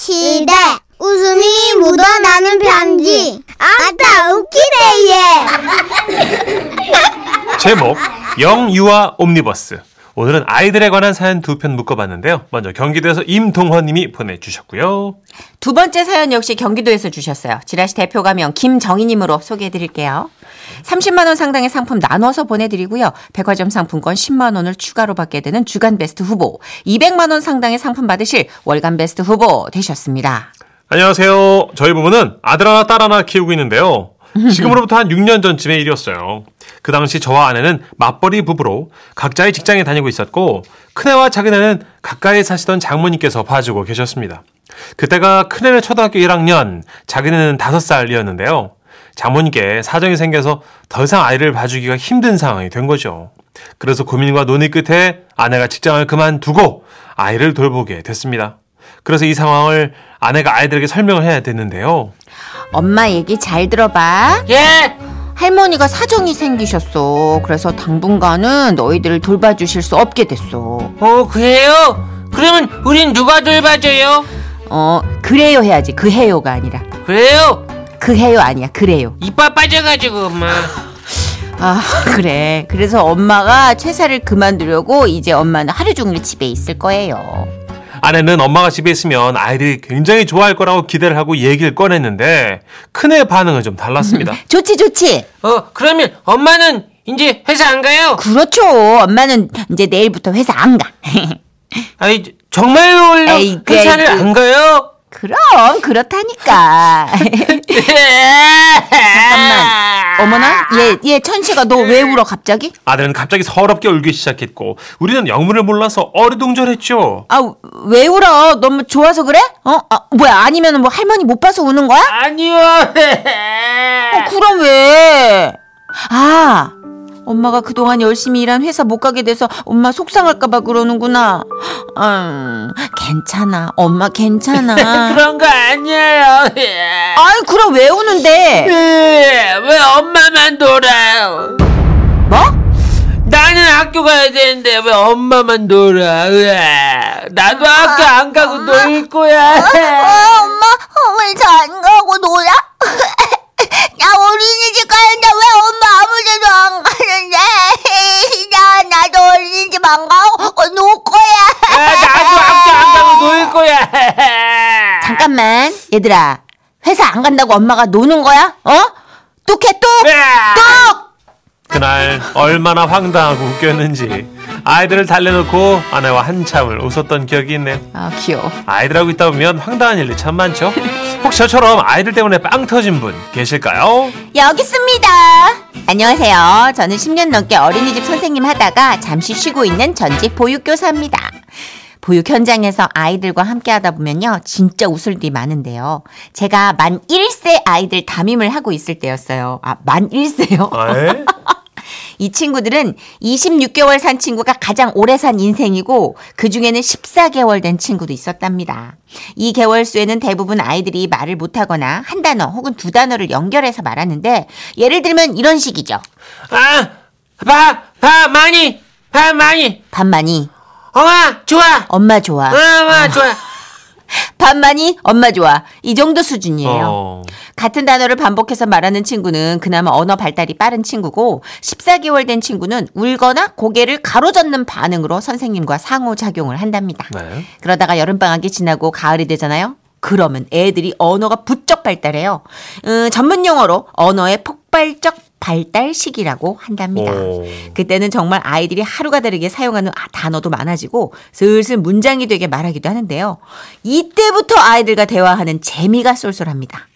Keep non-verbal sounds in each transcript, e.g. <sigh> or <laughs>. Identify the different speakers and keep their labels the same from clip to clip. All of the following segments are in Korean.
Speaker 1: 시대 웃음이 묻어나는 편지 아따 웃기네 얘
Speaker 2: 제목 영유아 옴니버스 오늘은 아이들에 관한 사연 두 편 묶어봤는데요. 먼저 경기도에서 임동헌님이 보내주셨고요.
Speaker 3: 두 번째 사연 역시 경기도에서 주셨어요. 지라시 대표 가명 김정희님으로 소개해드릴게요. 30만 원 상당의 상품 나눠서 보내드리고요. 백화점 상품권 10만 원을 추가로 받게 되는 주간 베스트 후보, 200만 원 상당의 상품 받으실 월간 베스트 후보 되셨습니다.
Speaker 2: 안녕하세요. 저희 부부는 아들 하나 딸 하나 키우고 있는데요. 지금으로부터 한 6년 전쯤의 일이었어요. 그 당시 저와 아내는 맞벌이 부부로 각자의 직장에 다니고 있었고 큰애와 작은애는 가까이 사시던 장모님께서 봐주고 계셨습니다. 그때가 큰애는 초등학교 1학년, 작은애는 5살이었는데요. 장모님께 사정이 생겨서 더 이상 아이를 봐주기가 힘든 상황이 된 거죠. 그래서 고민과 논의 끝에 아내가 직장을 그만두고 아이를 돌보게 됐습니다. 그래서 이 상황을 아내가 아이들에게 설명을 해야 되는데요.
Speaker 3: 엄마 얘기 잘 들어봐.
Speaker 4: 예.
Speaker 3: 할머니가 사정이 생기셨어. 그래서 당분간은 너희들을 돌봐주실 수 없게 됐어.
Speaker 4: 어 그래요? 그러면 우린 누가 돌봐줘요?
Speaker 3: 어, 그래요 해야지. 그 해요가 아니라.
Speaker 4: 그래요?
Speaker 3: 그 해요 아니야. 그래요.
Speaker 4: 이빨 빠져가지고 엄마.
Speaker 3: 아 <laughs> 그래 그래서 엄마가 최사를 그만두려고 이제 엄마는 하루 종일 집에 있을 거예요
Speaker 2: 아내는 엄마가 집에 있으면 아이들이 굉장히 좋아할 거라고 기대를 하고 얘기를 꺼냈는데 큰애 반응은 좀 달랐습니다.
Speaker 3: 좋지 좋지
Speaker 4: 어 그러면 엄마는 이제 회사 안 가요?
Speaker 3: 그렇죠 엄마는 이제 내일부터 회사 안가 <laughs>
Speaker 4: 아니 저- 정말로 얼른
Speaker 3: 에이, 그,
Speaker 4: 회사를
Speaker 3: 그.
Speaker 4: 안 가요? <laughs>
Speaker 3: 그럼 그렇다니까 <laughs> 잠깐만. 어머나 얘 얘 천식아 너 왜 울어 갑자기
Speaker 2: 아들은 갑자기 서럽게 울기 시작했고 우리는 영문을 몰라서 어리둥절했죠.
Speaker 3: 아 왜 울어 너무 좋아서 그래 어 아, 뭐야 아니면 뭐 할머니 못 봐서 우는 거야
Speaker 4: 아니요. <laughs>
Speaker 3: 어, 그럼 왜? 아, 엄마가 그동안 열심히 일한 회사 못 가게 돼서 엄마 속상할까봐 그러는구나. 음, 괜찮아. 엄마
Speaker 1: <laughs>
Speaker 3: 괜찮아.
Speaker 4: 그런 거 아니에요. <laughs>
Speaker 3: 아이, 그럼 왜 우는데?
Speaker 4: 왜 엄마만 놀아요?
Speaker 3: 뭐?
Speaker 4: 나는 학교 가야 되는데 왜 엄마만 놀아? 으아. 나도 학교 안 가고 놀
Speaker 5: 어?
Speaker 4: 거야.
Speaker 1: 어, 엄마 왜잘 안 가고 놀아? <laughs> 나 어린이집 가는데 왜 엄마 아무데도 안 가는데 <laughs> 나 나도 어린이집 안 가고 어, 놀
Speaker 4: 아,
Speaker 1: 거야
Speaker 4: 나도 학교 안 가고 놀 거야.
Speaker 3: 잠깐만. 얘들아. 회사 안 간다고 엄마가 노는 거야? 어? 뚝해 뚝!
Speaker 1: 네.
Speaker 4: 으아.
Speaker 3: 똑!
Speaker 2: 그날 얼마나 황당하고 웃겼는지 아이들을 달래놓고 아내와 한참을 웃었던 기억이 있네요.
Speaker 3: 아, 귀여워.
Speaker 2: 아이들하고 있다 보면 황당한 일이 참 많죠. 혹시 저처럼 아이들 때문에 빵 터진 분 계실까요?
Speaker 3: 여기 있습니다. 안녕하세요. 저는 10년 넘게 어린이집 선생님 하다가 잠시 쉬고 있는 전직 보육교사입니다. 보육 현장에서 아이들과 함께 하다 보면요. 진짜 웃을 일이 많은데요. 제가 만 1세 아이들 담임을 하고 있을 때였어요. 아, 만 1세요?
Speaker 2: 에?
Speaker 3: 이 친구들은 26개월 산 친구가 가장 오래 산 인생이고 그중에는 14개월 된 친구도 있었답니다. 이 개월 수에는 대부분 아이들이 말을 못하거나 한 단어 혹은 두 단어를 연결해서 말하는데 예를 들면 이런 식이죠.
Speaker 4: 아, 봐, 봐, 많이, 봐, 많이.
Speaker 3: 반만이
Speaker 4: 엄마, 좋아.
Speaker 3: 엄마 좋아.
Speaker 4: 엄마, 좋아.
Speaker 3: 반만이 엄마 좋아. 이 정도 수준이에요.
Speaker 2: 어.
Speaker 3: 같은 단어를 반복해서 말하는 친구는 그나마 언어 발달이 빠른 친구고 14개월 된 친구는 울거나 고개를 가로젓는 반응으로 선생님과 상호작용을 한답니다.
Speaker 2: 네.
Speaker 3: 그러다가 여름방학이 지나고 가을이 되잖아요. 그러면 애들이 언어가 부쩍 발달해요. 음, 전문 용어로 언어의 폭발적 발달 시기라고 한답니다.
Speaker 2: 오.
Speaker 3: 그때는 정말 아이들이 하루가 다르게 사용하는 아- 단어도 많아지고 슬슬 문장이 되게 말하기도 하는데요. 이때부터 아이들과 대화하는 재미가 쏠쏠합니다.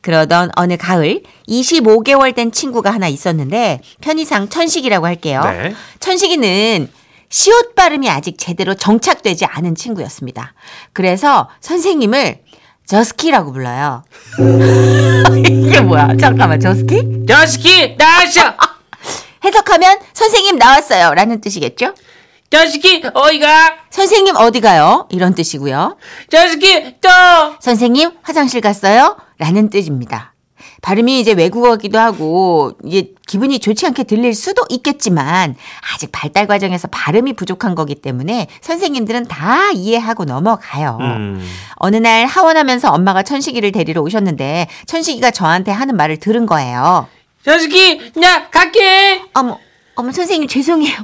Speaker 3: 그러던 어느 가을 25개월 된 친구가 하나 있었는데 편의상 천식이라고 할게요.
Speaker 2: 네.
Speaker 3: 천식이는 시옷 발음이 아직 제대로 정착되지 않은 친구였습니다. 그래서 선생님을 저스키라고 불러요. <laughs> 이게 뭐야? 잠깐만, 저스키?
Speaker 4: 저스키, 나왔어.
Speaker 3: 해석하면 선생님 나왔어요. 라는 뜻이겠죠?
Speaker 4: 저스키, 어이가.
Speaker 3: 선생님 어디 가요? 이런 뜻이고요.
Speaker 4: 저스키, 또.
Speaker 3: 선생님 화장실 갔어요? 라는 뜻입니다. 발음이 이제 외국어기도 하고 이제 기분이 좋지 않게 들릴 수도 있겠지만 아직 발달 과정에서 발음이 부족한 거기 때문에 선생님들은 다 이해하고 넘어가요.
Speaker 2: 음.
Speaker 3: 어느 날 하원하면서 엄마가 천식이를 데리러 오셨는데 천식이가 저한테 하는 말을 들은 거예요.
Speaker 4: 저식이 나 갈게.
Speaker 3: 어머, 어머 선생님 죄송해요.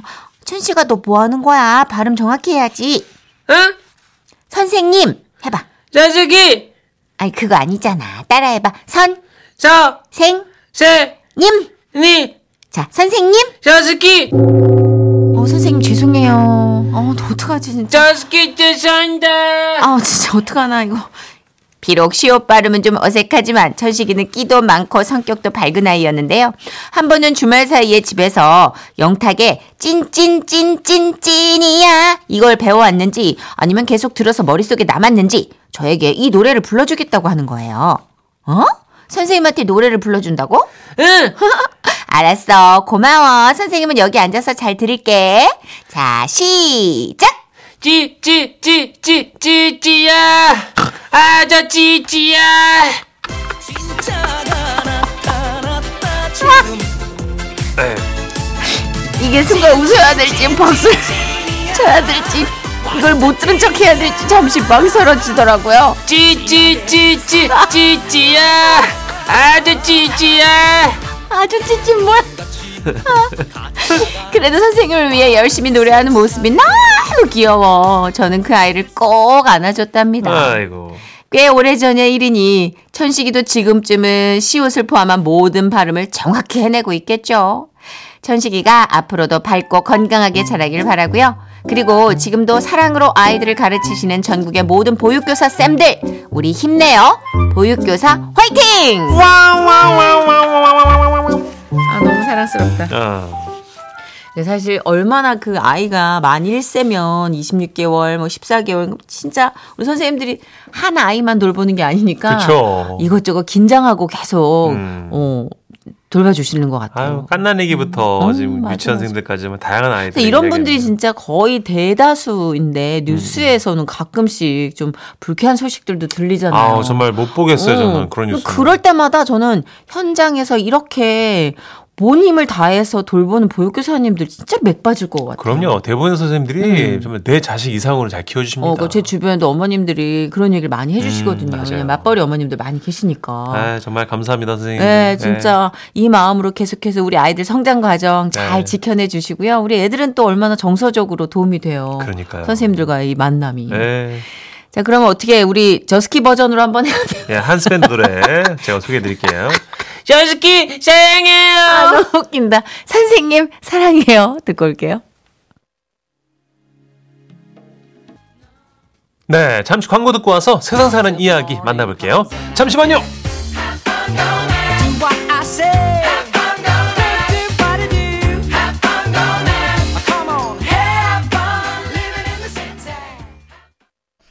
Speaker 3: 천식아 너 뭐 하는 거야? 발음 정확히 해야지.
Speaker 4: 어?
Speaker 3: 선생님 해봐.
Speaker 4: 저식이
Speaker 3: 아니 그거 아니잖아. 따라해봐.
Speaker 4: 저세니
Speaker 3: 선생님. 자 선생님.
Speaker 4: 저식이
Speaker 3: 어 선생님 죄송해요. 어 어떡하지 진짜.
Speaker 4: 저식이 죄송합니다.
Speaker 3: 아 진짜 어떡하나 이거. 비록 시옷 발음은 좀 어색하지만 천식이는 끼도 많고 성격도 밝은 아이였는데요. 한 번은 주말 사이에 집에서 영탁의 찐찐찐찐찐이야 이걸 배워왔는지 아니면 계속 들어서 머릿속에 남았는지 저에게 이 노래를 불러주겠다고 하는 거예요. 어? 선생님한테 노래를 불러준다고?
Speaker 4: 응.
Speaker 3: 알았어. 고마워. 선생님은 여기 앉아서 잘 들을게. 자, 시작!
Speaker 4: 찌찌찌찌찌찌야. 아저 찌찌야.
Speaker 2: 네.
Speaker 3: 이게 순간 웃어야 될지, 박수를 쳐야 될지, 이걸 못 들은 척 해야 될지 잠시 망설여지더라고요.
Speaker 4: 찌찌찌찌찌찌야. 아저 찌찌야.
Speaker 3: 아주 찌찐 뭐야. 아. 그래도 선생님을 위해 열심히 노래하는 모습이 너무 귀여워. 저는 그 아이를 꼭 안아줬답니다.
Speaker 2: 아이고.
Speaker 3: 꽤 오래전의 일이니 천식이도 지금쯤은 시옷을 포함한 모든 발음을 정확히 해내고 있겠죠. 천식이가 앞으로도 밝고 건강하게 자라길 바라고요. 그리고 지금도 사랑으로 아이들을 가르치시는 전국의 모든 보육교사 쌤들 우리 힘내요. 보육교사 화이팅! 아 너무 사랑스럽다.
Speaker 2: 아,
Speaker 3: 근데 네, 사실 얼마나 그 아이가 만 1세면 26개월, 뭐 14개월, 진짜 우리 선생님들이 한 아이만 돌보는 게 아니니까
Speaker 2: 그쵸.
Speaker 3: 이것저것 긴장하고 계속
Speaker 2: 어. 음.
Speaker 3: 어, 돌봐주시는 것 같아요.
Speaker 2: 아유, 깐난애기부터
Speaker 3: 음,
Speaker 2: 지금
Speaker 3: 맞아,
Speaker 2: 유치원생들까지 뭐 다양한 아이들.
Speaker 3: 근데 이런 분들이 진짜 거의
Speaker 2: 음.
Speaker 3: 대다수인데 뉴스에서는 가끔씩 좀 불쾌한 소식들도 들리잖아요.
Speaker 2: 아, 정말 못 보겠어요, 저는 그런 뉴스.
Speaker 3: 럴 때마다 저는 현장에서 이렇게 본 힘을 다해서 돌보는 보육교사님들 진짜 맥 빠질 것 같아요.
Speaker 2: 그럼요. 대부분 선생님들이 정말 내 자식 이상으로 잘 키워주십니다.
Speaker 3: 음. 어, 그 제 주변에도 어머님들이 그런 얘기를 많이
Speaker 2: 음,
Speaker 3: 해주시거든요.
Speaker 2: 맞아요.
Speaker 3: 왜냐면 맞벌이 어머님들 많이 계시니까.
Speaker 2: 아, 정말 감사합니다, 선생님.
Speaker 3: 네, 진짜 이 마음으로 계속해서 우리 아이들 성장 과정 잘
Speaker 2: 네.
Speaker 3: 지켜내 주시고요. 우리 애들은 또 얼마나 정서적으로 도움이 돼요.
Speaker 2: 그러니까요.
Speaker 3: 선생님들과의 이 만남이.
Speaker 2: 네.
Speaker 3: 자, 그러면 어떻게 우리 저스키 버전으로 한번 해야 돼요?
Speaker 2: 예, 한스밴드 노래 제가 소개해드릴게요.
Speaker 4: 저식이 사랑해요.
Speaker 3: 아, 너무 웃긴다. 선생님, 사랑해요. 듣고 올게요.
Speaker 2: 네, 잠시 광고 듣고 와서 세상 사는 이야기 만나볼게요. 잠시만요.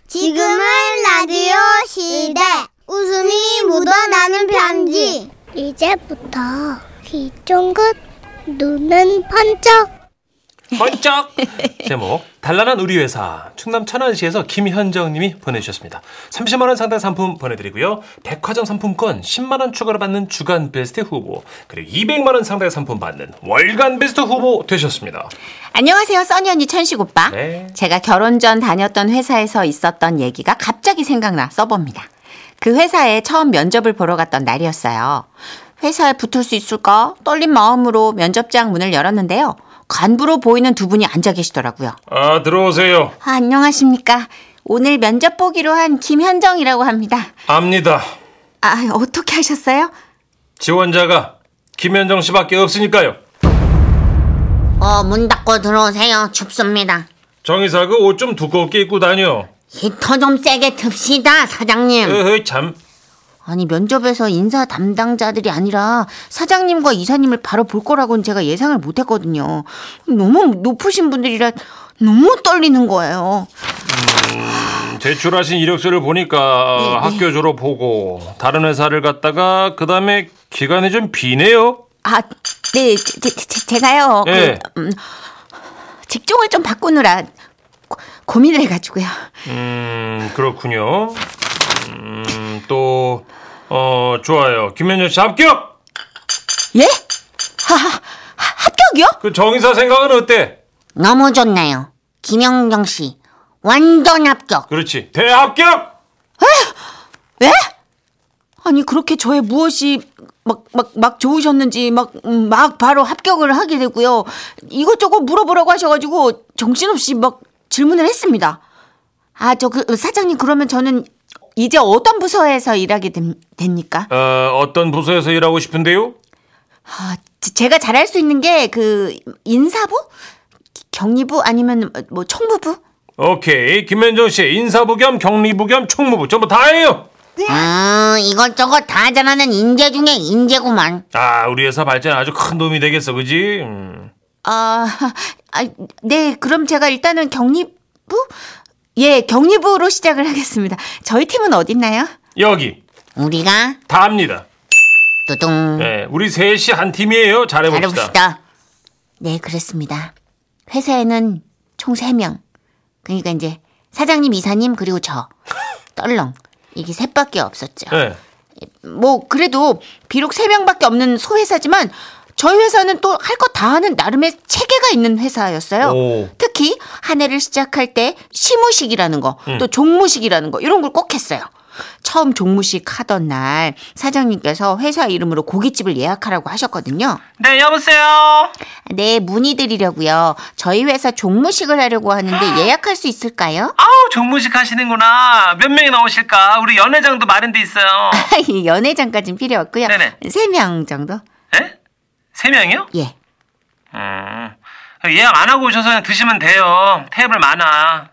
Speaker 5: 지금은 라디오 시대. 웃음이 묻어나는 편지. 이제부터 귀 쫑긋, 눈은 번쩍.
Speaker 2: 번쩍 제목 단란한 우리 회사 충남 천안시에서 김현정님이 보내주셨습니다. 30만 원 상당 상품 보내드리고요. 백화점 상품권 10만 원 추가로 받는 주간 베스트 후보 그리고 200만 원 상당 상품 받는 월간 베스트 후보 되셨습니다.
Speaker 3: 안녕하세요, 써니 언니 천식 오빠.
Speaker 2: 네.
Speaker 3: 제가 결혼 전 다녔던 회사에서 있었던 얘기가 갑자기 생각나 써봅니다. 그 회사에 처음 면접을 보러 갔던 날이었어요. 회사에 붙을 수 있을까? 떨린 마음으로 면접장 문을 열었는데요. 간부로 보이는 두 분이 앉아 계시더라고요.
Speaker 2: 아 들어오세요.
Speaker 3: 아, 안녕하십니까. 오늘 면접 보기로 한 김현정이라고 합니다.
Speaker 2: 압니다.
Speaker 3: 아, 어떻게 하셨어요?
Speaker 2: 지원자가 김현정 씨밖에 없으니까요.
Speaker 1: 어, 문 닫고 들어오세요. 춥습니다.
Speaker 2: 정의사 그 옷 좀 두껍게 입고 다녀.
Speaker 1: 히터 좀 세게 틉시다,
Speaker 3: 음.
Speaker 1: 사장님.
Speaker 2: 으흐 참.
Speaker 3: 아니 면접에서 인사 담당자들이 아니라 사장님과 이사님을 바로 볼 거라고는 제가 예상을 못했거든요. 너무 높으신 분들이라 너무 떨리는 거예요.
Speaker 2: 제출하신 이력서를
Speaker 3: 네,
Speaker 2: 보니까 학교 졸업하고 다른 회사를 갔다가 그 다음에 기간이 좀 비네요.
Speaker 3: 아, 네, 제, 제- 제- 제가요. 그,
Speaker 2: 예.
Speaker 3: 음, 직종을 좀 바꾸느라 고, 고민을 해가지고요.
Speaker 2: 음 그렇군요. 음, 음또 어, 좋아요. 김현준 씨 합격!
Speaker 1: 예? 하하, 하- 합격이요?
Speaker 2: 그 정의사 생각은 어때?
Speaker 5: 너무 좋네요. 김영경 씨, 완전 합격.
Speaker 2: 그렇지. 대합격!
Speaker 1: 예? 아니 그렇게 저의 무엇이 막 막 막 좋으셨는지 막 음, 막 바로 합격을 하게 되고요. 이것저것 물어보라고 하셔가지고 정신없이 막 질문을 했습니다. 아 저 그 사장님 그러면 저는 이제 어떤 부서에서 일하게 됨- 됩니까?
Speaker 2: 어, 어떤 부서에서 일하고 싶은데요?
Speaker 1: 아, 제- 제가 잘할 수 있는 게 그 인사부, 경리부 아니면 뭐 총무부?
Speaker 2: 오케이. 김현준 씨, 인사부 겸 경리부 겸 총무부 전부 다 해요!
Speaker 5: 음, 이것저것 다 잘하는 인재 중에 인재구만.
Speaker 2: 아, 우리 회사 발전 아주 큰 도움이 되겠어, 그지? 음.
Speaker 1: 아, <laughs> 아, 네, 그럼 제가 일단은 경리부? 예, 경리부로 시작을 하겠습니다. 저희 팀은 어딨나요?
Speaker 2: 여기,
Speaker 5: 우리가
Speaker 2: 다 합니다.
Speaker 5: 뚜둥
Speaker 2: 네, 우리 셋이 한 팀이에요. 잘해봅시다.
Speaker 5: 잘해봅시다.
Speaker 1: 네, 그렇습니다. 회사에는 총 3명.
Speaker 5: 그러니까 이제 사장님, 이사님 그리고 저 떨렁 이게 셋밖에 없었죠.
Speaker 2: 네.
Speaker 1: 뭐, 그래도 비록 3명밖에 없는 소회사지만 저희 회사는 또 할 것 다 하는 나름의 체계가 있는 회사였어요.
Speaker 2: 오.
Speaker 1: 특히 한 해를 시작할 때 시무식이라는 거,
Speaker 2: 음.
Speaker 1: 또 종무식이라는 거 이런 걸 꼭 했어요. 처음 종무식 하던 날 사장님께서 회사 이름으로 고깃집을 예약하라고 하셨거든요.
Speaker 6: 네, 여보세요?
Speaker 1: 네, 문의드리려고요. 저희 회사 종무식을 하려고 하는데 예약할 수 있을까요?
Speaker 6: 아우, 정무식 하시는구나. 몇 명이 나오실까? 우리 연회장도 마련돼
Speaker 1: <laughs>
Speaker 6: 있어요.
Speaker 1: 연회장까진 필요 없고요.
Speaker 6: 네네.
Speaker 1: 세 명 정도.
Speaker 6: 에? 세 명이요?
Speaker 1: 예.
Speaker 6: 음. 예약 안 하고 오셔서 그냥 드시면 돼요. 테이블 많아.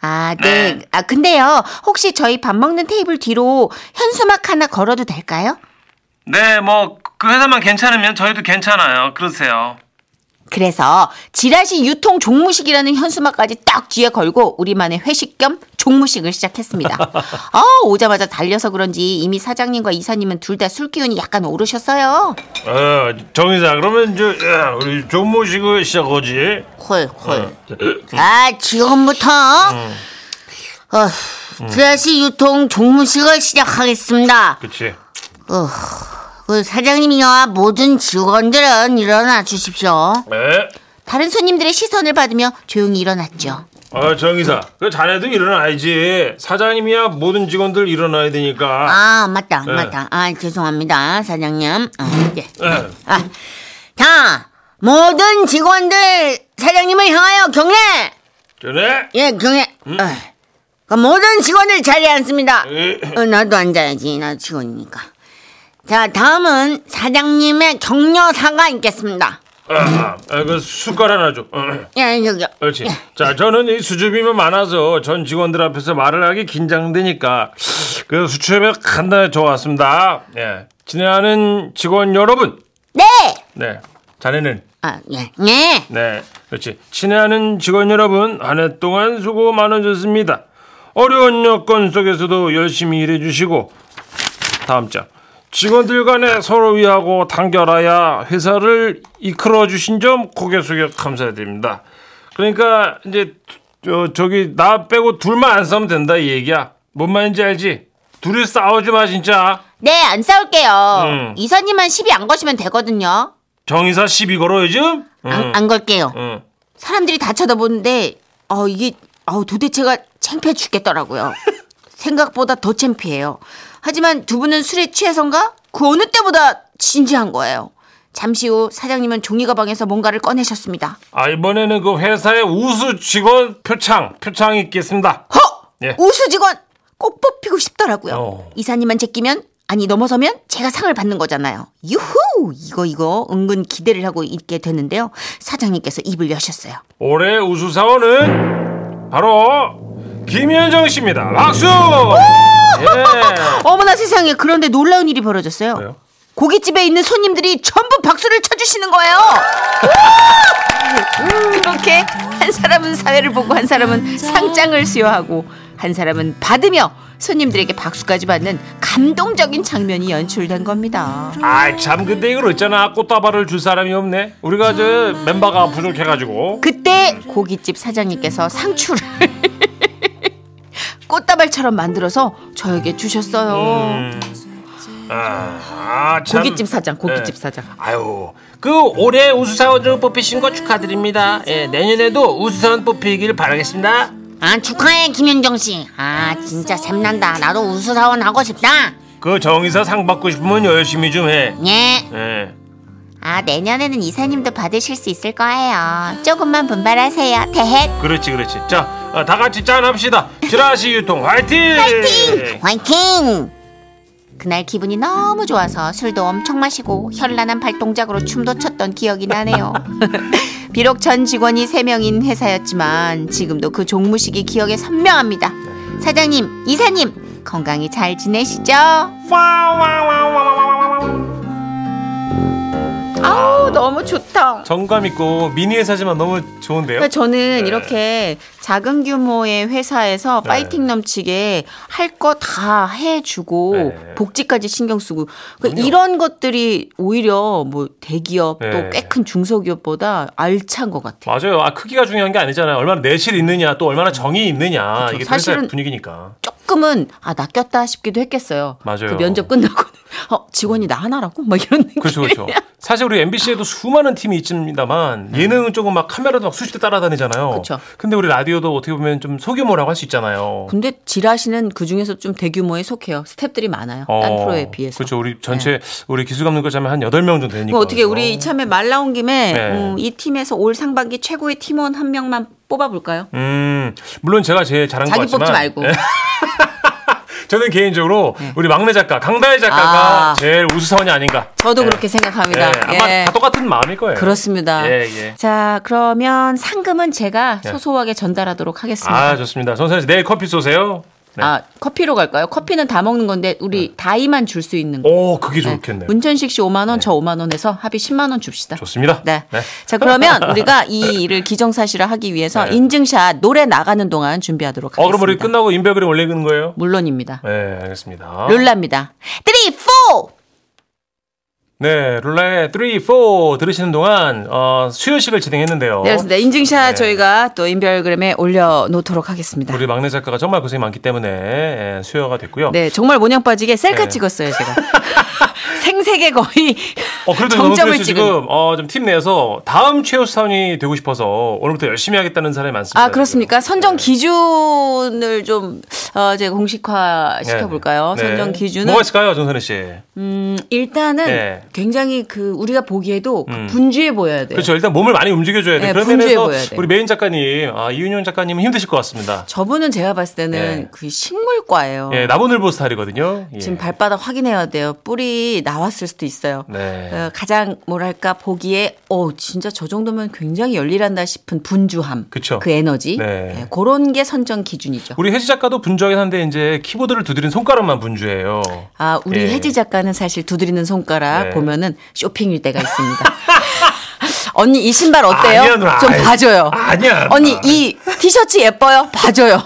Speaker 1: 아, 네.
Speaker 6: 네.
Speaker 1: 아, 근데요. 혹시 저희 밥 먹는 테이블 뒤로 현수막 하나 걸어도 될까요?
Speaker 6: 네, 뭐, 그 회사만 괜찮으면 저희도 괜찮아요. 그러세요.
Speaker 1: 그래서 지라시 유통 종무식이라는 현수막까지 딱 뒤에 걸고 우리만의 회식 겸 종무식을 시작했습니다. 아, 오자마자 달려서 그런지 이미 사장님과 이사님은 둘 다 술 기운이 약간 오르셨어요.
Speaker 2: 어, 정의사, 그러면 이제, 야, 우리 종무식을 시작하지.
Speaker 5: 콜 콜. 아 지금부터 어, 드라시 유통 종무식을 시작하겠습니다.
Speaker 2: 그치.
Speaker 5: 어, 그 사장님이와 모든 직원들은 일어나 주십시오.
Speaker 2: 네.
Speaker 1: 다른 손님들의 시선을 받으며 조용히 일어났죠.
Speaker 2: 아, 정의사. 그 자네도 일어나야지. 사장님이야 모든 직원들 일어나야 되니까.
Speaker 5: 아 맞다
Speaker 2: 네.
Speaker 5: 맞다. 아 죄송합니다 사장님. 아, 예.
Speaker 2: 예.
Speaker 5: 아, 자 모든 직원들 사장님을 향하여 경례.
Speaker 2: 전에.
Speaker 5: 예 경례. 아, 그 모든 직원들 자리에 앉습니다.
Speaker 2: 예.
Speaker 5: 어, 나도 앉아야지. 나 직원이니까. 자, 다음은 사장님의 격려사가 있겠습니다.
Speaker 2: 아, 아, 그 숟가락 하나 줘. 어,
Speaker 5: 예, 여기.
Speaker 2: 그렇지. 자, 저는 이 수줍음이 많아서 전 직원들 앞에서 말을 하기 긴장되니까 그 수첩에 간단히 좋았습니다. 예. 지내하는 직원 여러분.
Speaker 5: 네!
Speaker 2: 네. 자네는
Speaker 5: 아, 예. 네!
Speaker 2: 네, 그렇지. 친애하는 직원 여러분, 한 해 동안 수고 많으셨습니다. 어려운 여건 속에서도 열심히 일해주시고, 다음 장. 직원들 간에 서로 위하고 단결하여 회사를 이끌어 주신 점 고개 숙여 감사드립니다. 그러니까 이제 저, 저기 나 빼고 둘만 안 싸우면 된다 이 얘기야. 뭔 말인지 알지? 둘이 싸우지 마 진짜.
Speaker 1: 네, 안 싸울게요.
Speaker 2: 음.
Speaker 1: 이사님만 시비 안 거시면 되거든요.
Speaker 2: 정의사 시비 걸어 요즘? 응.
Speaker 1: 아,
Speaker 5: 안, 안 걸게요.
Speaker 2: 응.
Speaker 1: 사람들이 다 쳐다보는데 어 이게 어 도대체가 창피해 죽겠더라고요. <laughs> 생각보다 더 창피해요. 하지만 두 분은 술에 취해선가 그 어느 때보다 진지한 거예요. 잠시 후 사장님은 종이 가방에서 뭔가를 꺼내셨습니다.
Speaker 2: 아 이번에는 그 회사의 우수 직원 표창 표창이 있겠습니다.
Speaker 1: 허!
Speaker 2: 예.
Speaker 1: 우수 직원 꼭 뽑히고 싶더라고요.
Speaker 2: 어.
Speaker 1: 이사님만 제끼면 아니 넘어서면 제가 상을 받는 거잖아요. 유후! 이거 이거 은근 기대를 하고 있게 되는데요. 사장님께서 입을 여셨어요.
Speaker 2: 올해 우수 사원은 바로 김현정 씨입니다. 박수! 예.
Speaker 1: 어머나 세상에 그런데 놀라운 일이 벌어졌어요.
Speaker 2: 왜요?
Speaker 1: 고깃집에 있는 손님들이 전부 박수를 쳐주시는 거예요.
Speaker 2: 아.
Speaker 1: 그렇게 한 사람은 사회를 보고 한 사람은 상장을 수여하고 한 사람은 받으며 손님들에게 박수까지 받는 감동적인 장면이 연출된 겁니다.
Speaker 2: 아참 근데 이걸 어쩌나 꽃다발을 줄 사람이 없네. 우리가 저 멤버가 부족해가지고.
Speaker 1: 그때 네! 고깃집 사장님께서 상추를
Speaker 2: 음.
Speaker 1: 꽃다발처럼 만들어서 저에게 주셨어요.
Speaker 2: 아, 참.
Speaker 3: 고깃집 사장, 고깃집
Speaker 2: 네.
Speaker 3: 사장.
Speaker 4: 아유, 그 올해 우수사원으로 뽑히신 거 축하드립니다. 예, 내년에도 우수사원 뽑히길 바라겠습니다.
Speaker 7: 아 축하해 김현정 씨. 아 진짜 샘난다. 나도 우수사원 하고 싶다.
Speaker 2: 그 정의사 상 받고 싶으면 열심히 좀 해.
Speaker 7: 예.
Speaker 2: 예.
Speaker 3: 아, 내년에는 이사님도 받으실 수 있을 거예요. 조금만 분발하세요. 대헷.
Speaker 2: 그렇지, 그렇지. 자, 아, 다 같이 짠합시다. 지라시 유통 화이팅! 화이팅!
Speaker 7: 화이팅.
Speaker 3: 그날 기분이 너무 좋아서 술도 엄청 마시고 현란한 발동작으로 춤도 췄던 기억이 나네요. 비록 전 직원이 세명인 회사였지만 지금도 그 종무식이 기억에 선명합니다. 사장님, 이사님, 건강히 잘 지내시죠? 아우, 너무 좋다.
Speaker 2: 정감 있고 미니 회사지만 너무 좋은데요.
Speaker 3: 그러니까 저는
Speaker 2: 네.
Speaker 3: 이렇게 작은 규모의 회사에서
Speaker 2: 네.
Speaker 3: 파이팅 넘치게 할 거 다 해주고
Speaker 2: 네.
Speaker 3: 복지까지 신경 쓰고 그
Speaker 2: 그럼요.
Speaker 3: 이런 것들이 오히려 뭐 대기업
Speaker 2: 네.
Speaker 3: 또 꽤 큰 중소기업보다 알찬 것 같아요.
Speaker 2: 맞아요. 아, 크기가 중요한 게 아니잖아요. 얼마나 내실 있느냐, 또 얼마나 정이 있느냐. 이게 또 회사의
Speaker 3: 그렇죠. 사실은-
Speaker 2: 분위기니까.
Speaker 3: 조금은 아 낚였다 싶기도 했겠어요.
Speaker 2: 맞아요.
Speaker 3: 그 면접 끝나고 <laughs> 어 직원이 나 하나라고 막 이런 느낌.
Speaker 2: 그렇죠,
Speaker 3: <laughs>
Speaker 2: 그렇죠. 사실 우리 MBC에도 수많은 팀이 있습니다만 예능은 조금 막 카메라도 막 수십 대 따라다니잖아요.
Speaker 3: 음. 그쵸.
Speaker 2: 근데 우리 라디오도 어떻게 보면 좀 소규모라고 할 수 있잖아요.
Speaker 3: 근데 지라시는 그 중에서 좀 대규모에 속해요. 스탭들이 많아요. 딴 프로에
Speaker 2: 어,
Speaker 3: 비해서. 네.
Speaker 2: 그렇죠. 우리 전체 우리 기술 감독자면 한 여덟 명 정도 되니까.
Speaker 3: 뭐 어떻게 우리 이참에 말 나온 김에
Speaker 2: 네.
Speaker 3: 음, 이 팀에서 올 상반기 최고의 팀원 한 명만 뽑아볼까요?
Speaker 2: 음, 물론 제가 제일 잘한 것
Speaker 3: 자기
Speaker 2: 같지만 네. 예,
Speaker 3: 뽑지 말고 예.
Speaker 2: 저는 개인적으로 우리 막내 작가 강다혜 작가가
Speaker 3: 아.
Speaker 2: 제일 우수사원이 아닌가.
Speaker 3: 저도
Speaker 2: 예.
Speaker 3: 그렇게
Speaker 2: 예,
Speaker 3: 생각합니다.
Speaker 2: 아마
Speaker 3: 예.
Speaker 2: 다 똑같은 마음일 거예요.
Speaker 3: 그렇습니다.
Speaker 2: 예, 예.
Speaker 3: 자 그러면 상금은 제가
Speaker 2: 예.
Speaker 3: 소소하게 전달하도록 하겠습니다.
Speaker 2: 아
Speaker 3: 아,
Speaker 2: 좋습니다. 선생님 내일 커피 쏘세요. 네.
Speaker 3: 커피로 갈까요? 커피는 다 먹는 건데 우리 다이만 줄 수 있는 거.
Speaker 2: 오 그게 좋겠네요.
Speaker 3: 문천식 씨 5만 원, 저 5만 원에서 합의 10만 원 줍시다.
Speaker 2: 좋습니다.
Speaker 3: 네.
Speaker 2: 네.
Speaker 3: 자 그러면 우리가 이 일을 기정사실화하기 위해서
Speaker 2: <laughs> 네.
Speaker 3: 인증샷 노래 나가는 동안 준비하도록
Speaker 2: 어
Speaker 3: 하겠습니다.
Speaker 2: 그럼 우리 끝나고 인별그램 올리는 거예요?
Speaker 3: 물론입니다.
Speaker 2: 네 알겠습니다.
Speaker 3: 룰라입니다. 3, 4!
Speaker 2: 네 룰라의 3, 4 들으시는 동안 어, 수요식을 진행했는데요.
Speaker 3: 네, 그렇습니다. 인증샷
Speaker 2: 네.
Speaker 3: 저희가 또 인별그램에 올려놓도록 하겠습니다.
Speaker 2: 우리 막내 작가가 정말 고생이 많기 때문에 예, 수요가 <laughs> 됐고요.
Speaker 3: 네, 정말 모냥 빠지게 셀카
Speaker 2: 네.
Speaker 3: 찍었어요, 제가. <laughs> 생색에 거의
Speaker 2: 어, 그래도
Speaker 3: 정점을
Speaker 2: 정점을 지금 어, 좀 팀 내에서 다음 최우 사원이 되고 싶어서 오늘부터 열심히 하겠다는 사람이 많습니다.
Speaker 3: 아,
Speaker 2: 네.
Speaker 3: 그렇습니까? 선정 기준을 좀, 어, 제가 공식화
Speaker 2: 네.
Speaker 3: 시켜볼까요?
Speaker 2: 네.
Speaker 3: 선정 기준은.
Speaker 2: 뭐가 있을까요, 정선혜 씨?
Speaker 3: 음, 일단은
Speaker 2: 네.
Speaker 3: 굉장히 그 우리가 보기에도 그
Speaker 2: 음.
Speaker 3: 분주해 보여야 돼요.
Speaker 2: 그렇죠. 일단 몸을 많이 움직여줘야 돼.
Speaker 3: 네,
Speaker 2: 그런
Speaker 3: 분주해
Speaker 2: 면에서
Speaker 3: 보여야 돼.
Speaker 2: 우리 메인 작가님, 아, 이윤영 작가님은 힘드실 것 같습니다.
Speaker 3: 저분은 제가 봤을 때는
Speaker 2: 네.
Speaker 3: 그 식물과예요.
Speaker 2: 예, 나무늘보 스타일이거든요. 예.
Speaker 3: 지금 발바닥 확인해야 돼요. 뿔이 나왔을 수도 있어요.
Speaker 2: 네.
Speaker 3: 어, 가장 뭐랄까 보기에 어 진짜 저 정도면 굉장히 열일한다 싶은 분주함,
Speaker 2: 그쵸.
Speaker 3: 그 에너지,
Speaker 2: 네.
Speaker 3: 네, 그런 게 선정 기준이죠.
Speaker 2: 우리 혜지 작가도 분주하긴 한데 이제 키보드를 두드린 손가락만 분주해요.
Speaker 3: 아 우리
Speaker 2: 예.
Speaker 3: 혜지 작가는 사실 두드리는 손가락
Speaker 2: 네.
Speaker 3: 보면은 쇼핑일 때가 있습니다. <laughs> 언니 이 신발 어때요?
Speaker 2: 아니야, 누나.
Speaker 3: 좀
Speaker 2: 아이,
Speaker 3: 봐줘요.
Speaker 2: 아니야, 누나.
Speaker 3: 언니 이 티셔츠 예뻐요? 봐줘요.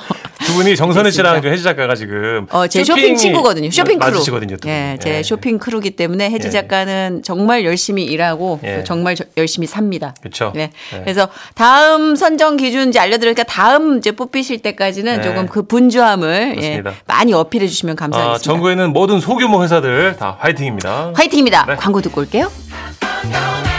Speaker 2: 두 분이 정선혜 씨랑 좀 혜지 작가가 지금
Speaker 3: 어, 제 쇼핑
Speaker 2: 쇼핑이
Speaker 3: 친구거든요. 쇼핑 크루.
Speaker 2: 맞으시거든요. 두 분.
Speaker 3: 예, 제
Speaker 2: 예.
Speaker 3: 쇼핑 크루기 때문에 혜지
Speaker 2: 예.
Speaker 3: 작가는 정말 열심히 일하고
Speaker 2: 예.
Speaker 3: 또 정말 저- 열심히 삽니다.
Speaker 2: 그쵸.
Speaker 3: 네.
Speaker 2: 예.
Speaker 3: 그래서 다음 선정 기준 이제 알려드릴까 다음 이제 뽑히실 때까지는
Speaker 2: 네.
Speaker 3: 조금 그 분주함을 예,
Speaker 2: 그렇습니다.
Speaker 3: 많이 어필해 주시면
Speaker 2: 아,
Speaker 3: 감사하겠습니다.
Speaker 2: 전국에는 모든 소규모 회사들 다 화이팅입니다.
Speaker 3: 화이팅입니다.
Speaker 2: 네.
Speaker 3: 광고 듣고 올게요.
Speaker 8: Don't